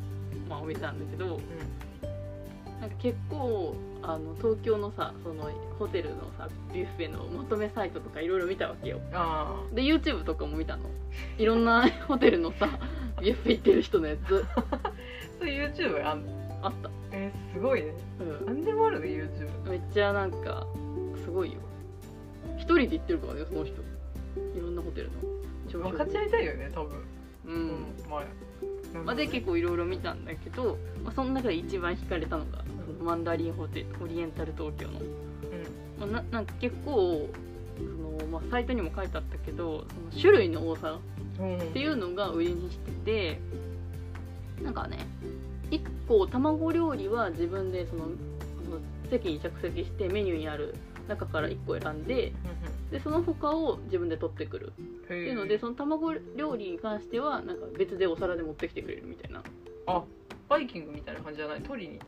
Speaker 2: まあ、お店なんだけどなんか結構あの東京のさそのホテルのさビュッフェのまとめサイトとかいろいろ見たわけよ
Speaker 1: ん、あ
Speaker 2: で YouTube とかも見たのいろんな ホテルのさビュッフェ行ってる人のやつ
Speaker 1: あそう YouTube あん
Speaker 2: あった、
Speaker 1: えーすごいね
Speaker 2: う
Speaker 1: 何でもあるね YouTube
Speaker 2: ん、めっちゃなんかすごいよ一人で行ってるからねその人いろんなホテルの朝食
Speaker 1: 分かち合いたいよね多分
Speaker 2: う
Speaker 1: うんまあ
Speaker 2: まあ、で結構いろいろ見たんだけど、まあ、その中で一番惹かれたのがそのマンダリンホテルオリエンタル東京の、
Speaker 1: うん
Speaker 2: まあ、ななんか結構その、まあ、サイトにも書いてあったけどその種類の多さ
Speaker 1: うん
Speaker 2: っていうのが売りにしててなんかね1個卵料理は自分でそのその席に着席してメニューにある中から1個選んででその他を自分で取ってくる
Speaker 1: って
Speaker 2: っていうのでその卵料理に関してはなんか別でお皿で持ってきてくれるみたいな
Speaker 1: あバイキングみたいな感じじゃない取りに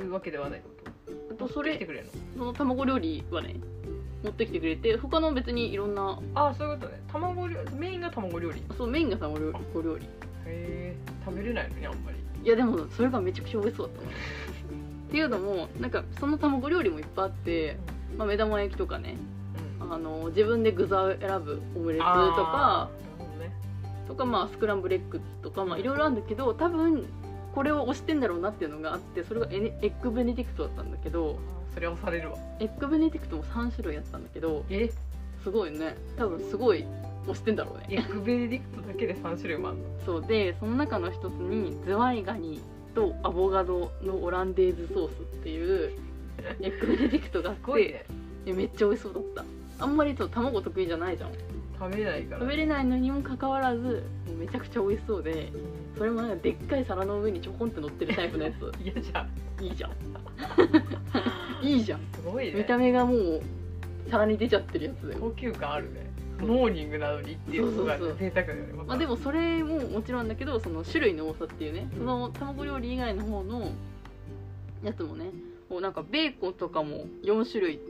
Speaker 1: 行くわけではないってこ
Speaker 2: あと
Speaker 1: と
Speaker 2: そ
Speaker 1: 持ってきて
Speaker 2: れ
Speaker 1: くれるの
Speaker 2: その卵料理はね持ってきてくれて他の別にいろんな
Speaker 1: あそういうことね卵料メインが卵料理
Speaker 2: そうメインが卵料理ご料理
Speaker 1: へえ食べれないのねあんまり
Speaker 2: いやでもそれがめちゃくちゃ美味しそうだったのっていうのもなんかその卵料理もいっぱいあって、まあ、目玉焼きとかね
Speaker 1: うん
Speaker 2: あの自分で具材を選ぶオムレツとか
Speaker 1: なるほどね
Speaker 2: とか、まあ、スクランブルエッグとか、まあ、いろいろあるんだけど多分これを推してんだろうなっていうのがあってそれがエネエッグベネディクトだったんだけど
Speaker 1: それは押されるわ
Speaker 2: エッグベネディクトも3種類あったんだけど
Speaker 1: え
Speaker 2: すごいね多分すごい推してんだろうね
Speaker 1: エッグベネディクトだけで3種類もあるの
Speaker 2: そうでその中の一つにズワイガニとアボカドのオランデーズソースっていうエッグベネディクトがあっ
Speaker 1: すごい
Speaker 2: て、
Speaker 1: ね
Speaker 2: いやめっちゃ美味しそうだったあんまりそう卵得意じゃないじゃん
Speaker 1: 食べないから
Speaker 2: 食べれないのにもかかわらずもうめちゃくちゃ美味しそうでそれもなんかでっかい皿の上にちょこんって乗ってるタイプのや つ
Speaker 1: いやじゃあ
Speaker 2: いいじゃんいいじゃん
Speaker 1: すごいね
Speaker 2: 見た目がもう皿に出ちゃってるやつだよ
Speaker 1: 高級感あるね
Speaker 2: そう
Speaker 1: モーニングなのにっていうのが
Speaker 2: そうそうそう
Speaker 1: 贅沢だよね
Speaker 2: まあ、でもそれももちろんだけどその種類の多さっていうねその卵料理以外の方のやつもねもうなんかベーコンとかも4種類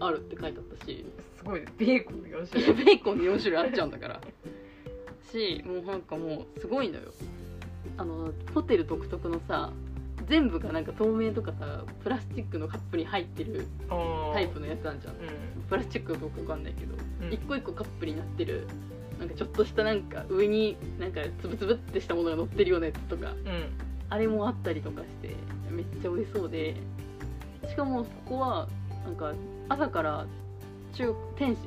Speaker 2: あるって書いてあったし
Speaker 1: すごいねベーコン4
Speaker 2: ベ
Speaker 1: 種類
Speaker 2: ーコンで4種類あっちゃうんだからしもうなんかもうすごいのよあのホテル独特のさ全部がなんか透明とかさプラスチックのカップに入ってる
Speaker 1: タ
Speaker 2: タイプのやつあんじゃんプラスチックかどうかわかんないけど
Speaker 1: うん、うん
Speaker 2: 一個一個カップになってるなんかちょっとしたなんか上になんかつぶつぶってしたものが乗ってるようなやつとか
Speaker 1: うん
Speaker 2: あれもあったりとかしてめっちゃ美味しそうでしかもここはなんか朝から中天津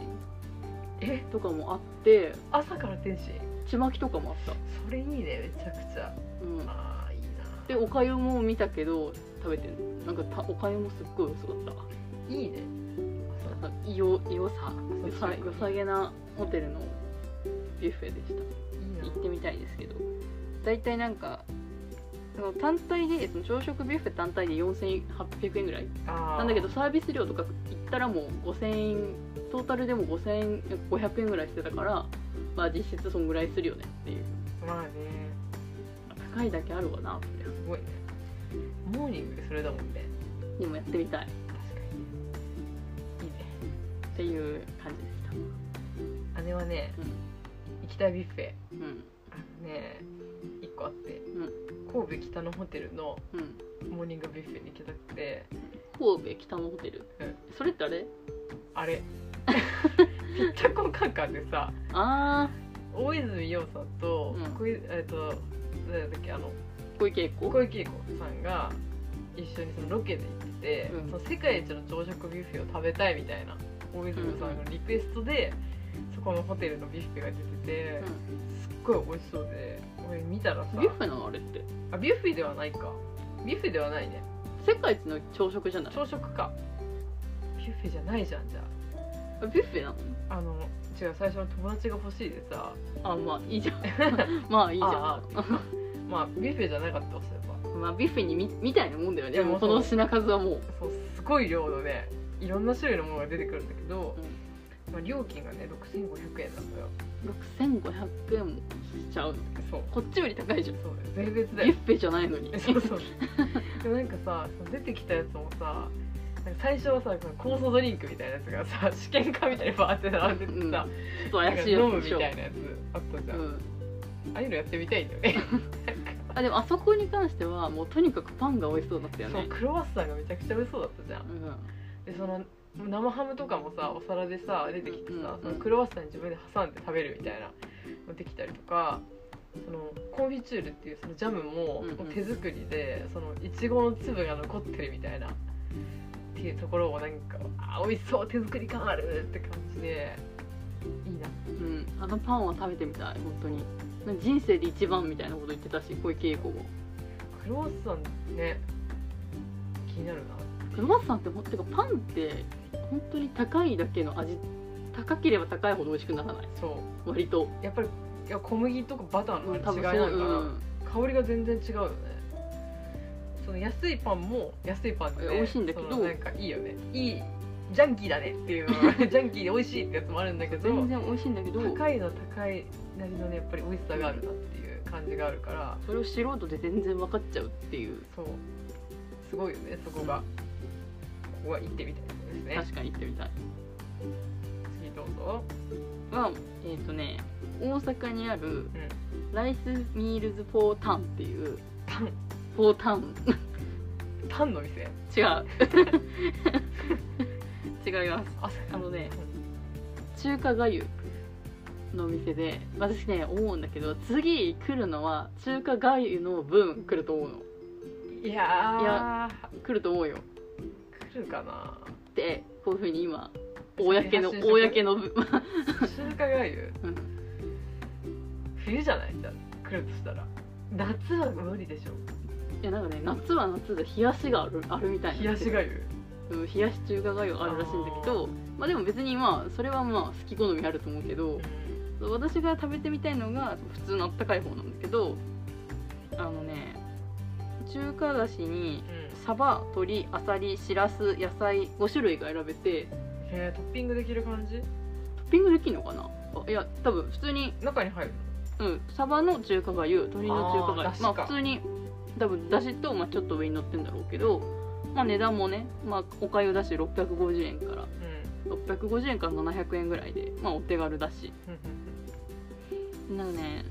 Speaker 1: え
Speaker 2: とかもあって
Speaker 1: 朝から天使
Speaker 2: ちまきとかもあった、
Speaker 1: それいいねめちゃくちゃ
Speaker 2: うん、
Speaker 1: ああいい
Speaker 2: でおかゆも見たけど食べてんなんかたおかゆもすっごい美味しそうだった
Speaker 1: ないいね
Speaker 2: なんかよよさよさ
Speaker 1: そう
Speaker 2: よさげなホテルのビュッフェでした
Speaker 1: いい
Speaker 2: 行ってみたいですけど大体なんかその単体でその朝食ビュッフェ単体で4800円ぐらい
Speaker 1: な
Speaker 2: なんだけどサービス料とか行ったらもう5000円トータルでも5500円ぐらいしてたからまあ実質そんぐらいするよねっていう
Speaker 1: まあね
Speaker 2: 高いだけあるわなって
Speaker 1: すごいねモーニングでそれだもんね
Speaker 2: でもやってみたい
Speaker 1: 確かにいいね
Speaker 2: っていう感じでした
Speaker 1: 姉はね、
Speaker 2: う
Speaker 1: 行きたいビュッフェ
Speaker 2: うん
Speaker 1: あのね一個あって、
Speaker 2: う
Speaker 1: 神戸北のホテルの
Speaker 2: うん
Speaker 1: モーニングビュッフェに行きたくて
Speaker 2: 神戸北のホテル、
Speaker 1: うん
Speaker 2: それってあれ
Speaker 1: あれピッタコンカンカンでさ
Speaker 2: ああ
Speaker 1: 大泉洋さんと,、
Speaker 2: うん
Speaker 1: こいえっと誰だっけあの
Speaker 2: 小池栄子
Speaker 1: 小池栄子さんが一緒にそのロケで行ってて、
Speaker 2: うん
Speaker 1: その世界一の朝食ビュッフェを食べたいみたいな大泉洋さんのリクエストで、そこのホテルのビュッフェが出てて、すっごい美味しそうで俺見たらさ
Speaker 2: ビュッフェなのあれって
Speaker 1: あビュッフェではないかビュッフェではないね
Speaker 2: 世界一の朝食じゃない
Speaker 1: 朝食かビュッフェじゃないじゃんじゃ
Speaker 2: あビュッフェなの
Speaker 1: ああの違う最初の友達が欲しいでさ
Speaker 2: あまあいいじゃん まあいいじゃん
Speaker 1: あまあビュッフェじゃなかったわそういえば
Speaker 2: まあビュッフェにみみたいなもんだよね
Speaker 1: でも
Speaker 2: もうこの品数はもう
Speaker 1: そうすごい量のねいろんな種類のものが出てくるんだけど、まあ、料金がね6500円なのよ
Speaker 2: 6500 1500円もしちゃうの
Speaker 1: そう
Speaker 2: こっちより高いじゃん
Speaker 1: そう税別だ
Speaker 2: ビュ
Speaker 1: よ
Speaker 2: ッフェじゃないの に
Speaker 1: そうそうでもなんかさその出てきたやつもさなんか最初はさその酵素ドリンクみたいなやつがさ試験化みたいにバーって並んでて
Speaker 2: うん
Speaker 1: さ、
Speaker 2: ちょっと
Speaker 1: なん
Speaker 2: 怪
Speaker 1: か
Speaker 2: しいや
Speaker 1: 飲む
Speaker 2: つ
Speaker 1: み
Speaker 2: でしょ
Speaker 1: たいなやつあったじゃん、
Speaker 2: うん
Speaker 1: ああいうのやってみたいんだよね
Speaker 2: あでもあそこに関してはもうとにかくパンが美味しそうだったよ
Speaker 1: そう
Speaker 2: ね
Speaker 1: クロワッサンがめちゃくちゃ美味しそうだったじゃん
Speaker 2: うん
Speaker 1: でその生ハムとかもさお皿でさ出てきて
Speaker 2: うんうん
Speaker 1: さ
Speaker 2: うん
Speaker 1: そのクロワッサンに自分で挟んで食べるみたいなのできたりとかそのコンフィチュールっていうそのジャムも
Speaker 2: うんうん
Speaker 1: 手作りでそのいちごの粒が残ってるみたいなっていうところをなんかあ美味しそう手作り感あるって感じでいいな
Speaker 2: うん、あのパンは食べてみたい本当に人生で一番みたいなこと言ってたし小池栄子も
Speaker 1: クロワッサンね気になるな
Speaker 2: クロワッサンってほんてかパンって本当に高いだけの味高ければ高いほど美味しくならない
Speaker 1: そ
Speaker 2: 割と
Speaker 1: うやっぱりいや小麦とかバターの
Speaker 2: うん多
Speaker 1: 違
Speaker 2: 分
Speaker 1: いな
Speaker 2: そう
Speaker 1: のかな、香りが全然違うよねその安いパンも安いパンで、ね、
Speaker 2: 美味しいんだけど
Speaker 1: そのなんかいいよねいいジャンキーだねっていう ジャンキーで美味しいってやつもあるんだけ
Speaker 2: う
Speaker 1: ど
Speaker 2: ん、全然美味しいんだけど
Speaker 1: 高いのは高いなりのねやっぱり美味しさがあるなっていう感じがあるから
Speaker 2: それを素人で全然分かっちゃうっていう
Speaker 1: そうすごいよねそこが、ここは行ってみたいですね
Speaker 2: 確かに言ってみたい
Speaker 1: 次どうぞ
Speaker 2: はえっ、とね大阪にあるライスミールズ・フォー・タンっていう
Speaker 1: タン
Speaker 2: フォー・タン
Speaker 1: タンの店
Speaker 2: 違 う違います
Speaker 1: あ
Speaker 2: あのね中華粥のお店で私ね思うんだけど次来るのは中華粥の分来ると思うの
Speaker 1: いやー
Speaker 2: いや来ると思うよ
Speaker 1: 来るかな
Speaker 2: ってこういうふうに今公の
Speaker 1: 発信してくれ
Speaker 2: 公の分、
Speaker 1: 中華がゆ
Speaker 2: うん
Speaker 1: 冬じゃないじゃあ来るとしたら夏は無理でしょ
Speaker 2: いやなんかね夏は夏で冷やしがあるあるみたいな
Speaker 1: 冷やしがゆ
Speaker 2: うん冷やし中華粥あるらしいんだけどまあでも別にまあそれはまあ好き好みあると思うけど私が食べてみたいのが普通のあったかい方なんだけどあのね中華だしにサバ鶏あさりしらす野菜5種類が選べて
Speaker 1: へえトッピングできる感
Speaker 2: ト
Speaker 1: じ
Speaker 2: ッピングできるのかなあいや多分普通に、
Speaker 1: 中に入る
Speaker 2: うん、サバの中華がゆ鶏の中華が
Speaker 1: あ
Speaker 2: ゆ
Speaker 1: ー
Speaker 2: ま
Speaker 1: だしか
Speaker 2: あ普通に多分だしと、まあ、ちょっと上に乗ってんだろうけど、まあ、値段もね、まあ、おかゆだし650円から650円から700円ぐらいで、まあ、お手軽だし
Speaker 1: う
Speaker 2: なんかね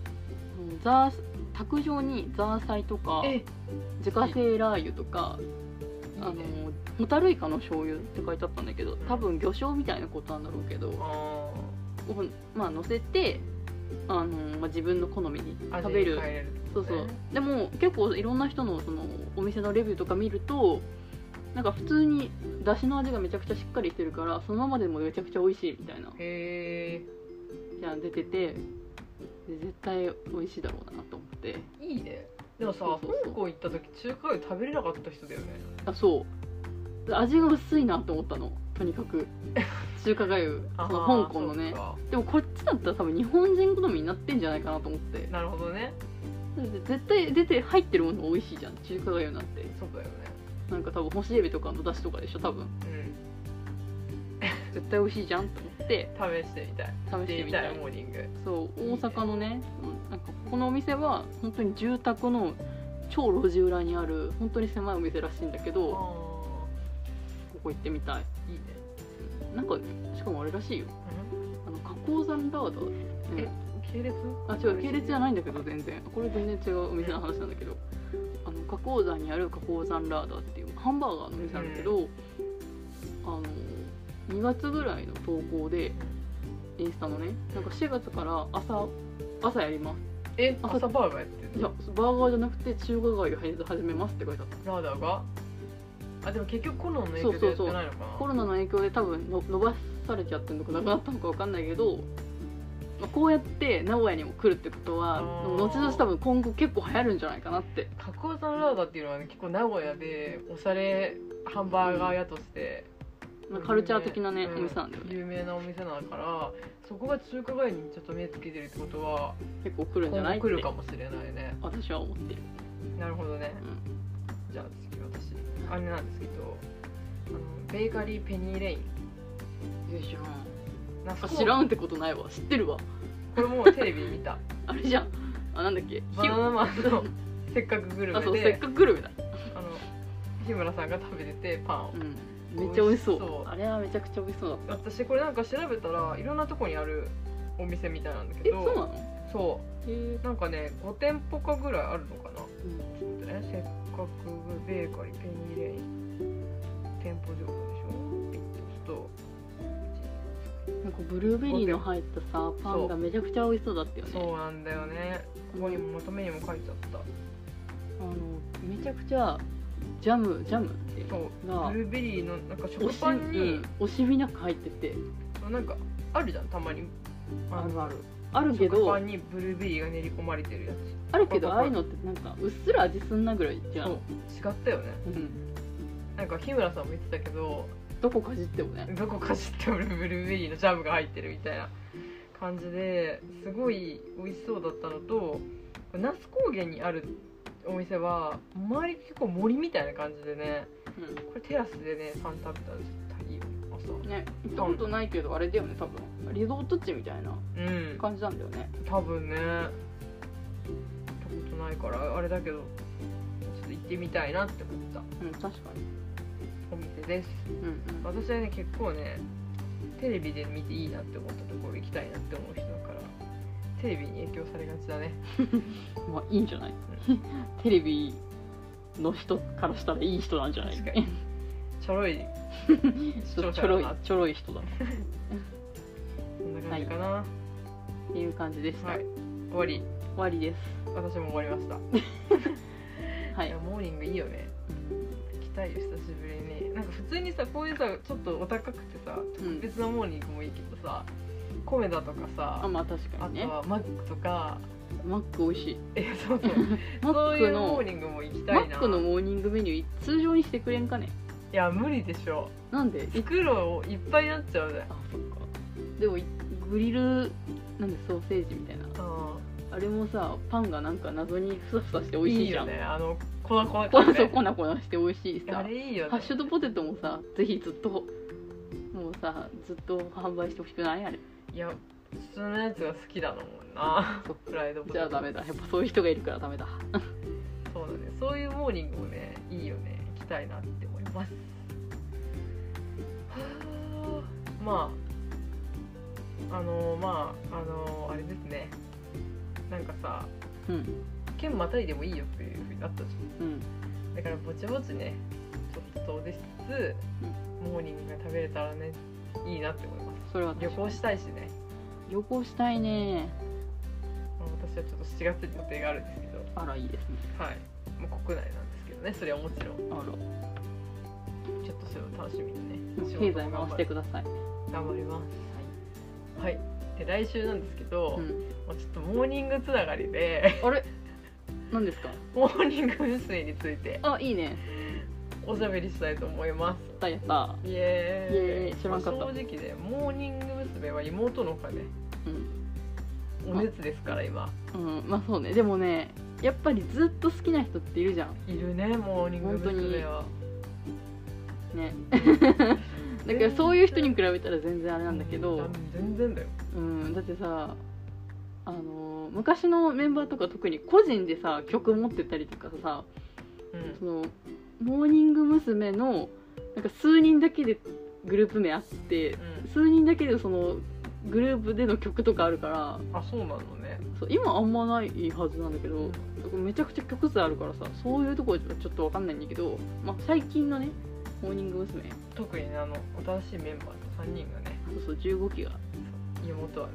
Speaker 2: うんザー卓上にザーサイとか
Speaker 1: んえ
Speaker 2: 自家製ラー油とかあ
Speaker 1: あ
Speaker 2: の
Speaker 1: の
Speaker 2: ホタルイカの醤油って書いてあったんだけど多分魚醤みたいなことなんだろうけど
Speaker 1: あ
Speaker 2: をまあ乗せてあの、まあ、自分の好みに
Speaker 1: ー
Speaker 2: 食べる
Speaker 1: 味に変えれって
Speaker 2: そ
Speaker 1: こ
Speaker 2: う
Speaker 1: と
Speaker 2: そう
Speaker 1: ね
Speaker 2: でも結構いろんな人のそのお店のレビューとか見るとなんか普通にだしの味がめちゃくちゃしっかりしてるからそのままでもめちゃくちゃ美味しいみたいな
Speaker 1: へ
Speaker 2: じゃあ出ててで絶対美味しいだろうなと思って
Speaker 1: えいいねでもさ
Speaker 2: そうそうそう
Speaker 1: 香港行った時中華街食べれなかった人だよね
Speaker 2: あそう味が薄いなと思ったのとにか く中華がゆ
Speaker 1: あ
Speaker 2: そ
Speaker 1: ー
Speaker 2: の香港のね
Speaker 1: そっか
Speaker 2: でもこっちだったら多分日本人好みになってんじゃないかなと思って
Speaker 1: なるほどね
Speaker 2: だって絶対出て入ってるもの美味しいじゃん中華がゆなんて
Speaker 1: そうだよね
Speaker 2: なんか多分干しエビとかの出汁とかでしょ多分
Speaker 1: うん
Speaker 2: 絶対美味しいじゃんと思って
Speaker 1: 試してみたい
Speaker 2: 試して
Speaker 1: で
Speaker 2: み
Speaker 1: み
Speaker 2: た
Speaker 1: た
Speaker 2: い
Speaker 1: いモーニング
Speaker 2: そう大阪のねうんなんかこのお店は本当に住宅の超路地裏にある本当に狭いお店らしいんだけどこ
Speaker 1: あ
Speaker 2: こ行ってみたい
Speaker 1: ーいいね
Speaker 2: なんかねしかもあれらしいよあの花崗山ラーダー、
Speaker 1: え系列
Speaker 2: あ違う系列じゃ
Speaker 1: い
Speaker 2: ないんだけど全然これ全然違うお店の話なんだけどあの花崗山にある花崗山ラーダーっていうハンバーガーのお店なんだけど、あの2月ぐらいの投稿でインスタのねなんか4月から朝朝やります
Speaker 1: え朝バーガーやってんの
Speaker 2: いやバーガーじゃなくて中華街を始めますって書いてあった
Speaker 1: ラーダーがあでも結局コロナの影響でやってないのかな
Speaker 2: コロナの影響で多分の伸ばされちゃってるのかなくなったのか分かんないけど、まあこうやって名古屋にも来るってことは
Speaker 1: あー
Speaker 2: 後々多分今後結構流行るんじゃないかなって
Speaker 1: 加工さんラーダーっていうのは、ね、結構名古屋でおしゃれハンバーガー屋として、
Speaker 2: まあカルチャー的なね、
Speaker 1: う
Speaker 2: お店なんだよね
Speaker 1: 有名なお店なのからそこが中華街にちょっと目つけてるってことは
Speaker 2: 結構来るんじゃ
Speaker 1: 今
Speaker 2: ない
Speaker 1: 後
Speaker 2: っ
Speaker 1: 来る
Speaker 2: て
Speaker 1: かもしれないね
Speaker 2: 私は思ってる
Speaker 1: なるほどね、じゃあ次私あれなんですけどあのベーカリーペニーレイン
Speaker 2: よいしょ
Speaker 1: なんか
Speaker 2: 知らんってことないわ知ってるわ
Speaker 1: これもテレビで見 た
Speaker 2: あれじゃんあなんだっけひ
Speaker 1: バナナマンのせっかくグル
Speaker 2: あそう
Speaker 1: メ
Speaker 2: せっ
Speaker 1: で
Speaker 2: かくグルメだ、
Speaker 1: あの日村さんが食べててパンを
Speaker 2: うん、めっちゃ美味しそう
Speaker 1: 美味しそう
Speaker 2: あれはめちゃくちゃ美味しそうだった
Speaker 1: 私これなんか調べたらいろんなとこにあるお店みたいなんだ
Speaker 2: え
Speaker 1: け
Speaker 2: そうな
Speaker 1: ど
Speaker 2: のへ
Speaker 1: そ
Speaker 2: え
Speaker 1: うなんかね5店舗かぐらいあるのかな
Speaker 2: うん
Speaker 1: ちょっとねせっかくベーカリーペニーレイン店舗情報でしょちょ
Speaker 2: なんかブルーベリーの入ったさパンがめちゃくちゃ美味しそうだったよ
Speaker 1: っ
Speaker 2: ね
Speaker 1: とそうなんだよねここにもまとめにも書いちゃった
Speaker 2: あのめちゃくちゃジャムジャムっていう
Speaker 1: そう
Speaker 2: のが
Speaker 1: ブルーベリーのなんか
Speaker 2: お
Speaker 1: 食
Speaker 2: し,、う
Speaker 1: パンに
Speaker 2: ん、おしみなく入ってて
Speaker 1: なんかあるじゃんたまに
Speaker 2: あるある
Speaker 1: る
Speaker 2: あるけ
Speaker 1: 食
Speaker 2: ど
Speaker 1: パンにブルーベリーが練り込まれてるや
Speaker 2: あるけ
Speaker 1: パ
Speaker 2: ど
Speaker 1: パパ
Speaker 2: ああいうのってなんかうっすら味すんなぐらいじ
Speaker 1: つ
Speaker 2: ゃん
Speaker 1: そう
Speaker 2: う、
Speaker 1: 違ったよね
Speaker 2: ん、
Speaker 1: なんか日村さんも言ってたけど
Speaker 2: どこかじってもね
Speaker 1: どこか知ってもブルーベリーのジャムが入ってるみたいな感じですごい美味しそうだったのと那須高原にあるお店は周り結構森みたいな感じでねこれテラスでねパン食べたら絶対いいよ朝
Speaker 2: うんね行ったことないけどあれだよね多分リゾート地みたいな
Speaker 1: うん
Speaker 2: 感じなんだよね
Speaker 1: 多分ね行ったことないからあれだけどちょっと行ってみたいなって思った
Speaker 2: うん確かに
Speaker 1: お店です
Speaker 2: うんうん
Speaker 1: 私はね結構ねテレビで見ていいなって思ったところ行きたいなって思う人だからテレビに影響されがちだね
Speaker 2: まあいいんじゃない テレビの人からしたらいい人なんじゃない
Speaker 1: 確かにちょろい視
Speaker 2: ちょ
Speaker 1: 聴
Speaker 2: ち
Speaker 1: 者
Speaker 2: ょろ
Speaker 1: だ
Speaker 2: い
Speaker 1: な
Speaker 2: ちょろい人だっ
Speaker 1: そんな感じかなは
Speaker 2: ていう感じでした、
Speaker 1: い、終わり
Speaker 2: 終わりです
Speaker 1: 私も終わりました、
Speaker 2: はい
Speaker 1: いやモーニングいいよね行きたいよ久しぶりになんか普通にさこういうさちょっとお高くてさ
Speaker 2: うん
Speaker 1: 別のモーニングもいいけどさコメダとか
Speaker 2: あ
Speaker 1: さ
Speaker 2: まあ確か
Speaker 1: あ
Speaker 2: に
Speaker 1: と
Speaker 2: ね
Speaker 1: はマックとか
Speaker 2: マック美味しい
Speaker 1: えそうそう
Speaker 2: マ
Speaker 1: そう
Speaker 2: ッ
Speaker 1: い
Speaker 2: ク
Speaker 1: うモ
Speaker 2: の
Speaker 1: ーニングも行きた
Speaker 2: マ
Speaker 1: いな
Speaker 2: ックのモーニングメニュー通常にしてくれんかね
Speaker 1: いや無理でしょ
Speaker 2: なんでい
Speaker 1: 作ろういっぱいになっちゃうね
Speaker 2: あそっかでもいグリルなんでソーセージみたいなあれもさパンがなんか謎にふさふさして美味しいじゃん
Speaker 1: いよねあの粉粉感
Speaker 2: こ
Speaker 1: ね
Speaker 2: なそう粉々して美味しい
Speaker 1: あ
Speaker 2: さ
Speaker 1: れいいよね
Speaker 2: ハッシュドポテトもさぜひずっともうさずっと販売してほしくないあれ
Speaker 1: いや普通のやつが好きだもんな
Speaker 2: そっ
Speaker 1: フライドポテ
Speaker 2: じゃあ
Speaker 1: ト
Speaker 2: ダメだやっぱそういう人がいるからダメだ
Speaker 1: そうだねそういうモーニングもねいいよね行きたいなって思いますはあまああのまああのあれですねなんかさ
Speaker 2: うん
Speaker 1: 県またいでもいいよっていうふうになったじゃ
Speaker 2: うん
Speaker 1: んだからぼちぼちねちょっと遠出しつつ、モーニングが食べれたらねいいなって思います
Speaker 2: それは
Speaker 1: 旅
Speaker 2: 確かに
Speaker 1: 行したいしね
Speaker 2: 旅行したいね
Speaker 1: まあ私はちょっと7月に予定があるんですけど
Speaker 2: あらいいですね
Speaker 1: はい、まあ、国内なんですけどねそれはもちろん
Speaker 2: あら
Speaker 1: ちょっとそれを楽しみにね
Speaker 2: 経済回してください、
Speaker 1: 頑張りますはいで来週なんですけど、
Speaker 2: うん、
Speaker 1: まあちょっとモーニングつながりで
Speaker 2: あれ何ですか
Speaker 1: モーニング娘。について
Speaker 2: あいいね
Speaker 1: おしゃべりしたいと思いま
Speaker 2: やったやった
Speaker 1: すイエーイ
Speaker 2: イエーイ知らんかった
Speaker 1: まあ正直ねモーニング娘。は妹の方がね
Speaker 2: うん、
Speaker 1: お熱ですから今
Speaker 2: うん、まあそうねでもねやっぱりずっと好きな人っているじゃん
Speaker 1: いるねモーニング娘。は
Speaker 2: ね だからそういう人に比べたら全然あれなんだけ
Speaker 1: う
Speaker 2: ど、
Speaker 1: ん全然だよ
Speaker 2: うん、だってさあの昔のメンバーとか特に個人でさ曲持ってたりとかさ
Speaker 1: うん
Speaker 2: そのモーニング娘。のなんか数人だけでグループ名あって
Speaker 1: う
Speaker 2: 数人だけでそのグループでの曲とかあるから
Speaker 1: んあそうなのね
Speaker 2: そう今あんまないはずなんだけど、めちゃくちゃ曲数あるからさそういうとこはちょっとわかんないんだけど、まあ、最近のね「モーニング娘。
Speaker 1: 特にねあの新しいメンバーの3人がね」
Speaker 2: そうそう15期が
Speaker 1: 妹はね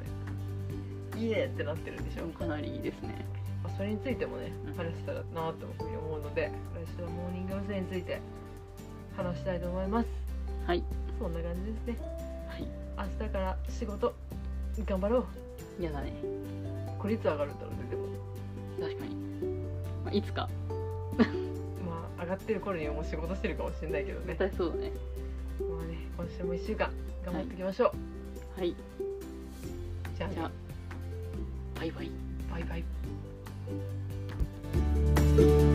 Speaker 1: 「いいね!」ってなってるでしょ、
Speaker 2: かなりいいですね
Speaker 1: まあそれについてもね
Speaker 2: うん
Speaker 1: 話したらなーって僕に思うので来週はモーニング娘。について話したいと思います
Speaker 2: はい、
Speaker 1: そんな感じですね
Speaker 2: はい、
Speaker 1: 明日から仕事頑張ろう
Speaker 2: 嫌だね
Speaker 1: 孤立上がるんだろうねでも
Speaker 2: 確かに、まあ、いつか
Speaker 1: まあ上がってる頃にはもう仕事してるかもしれないけどね
Speaker 2: 絶対そうだね
Speaker 1: まあね今週も1週間頑張っていきましょう、
Speaker 2: はい
Speaker 1: じゃあね
Speaker 2: じゃあバイバイ
Speaker 1: バイバイ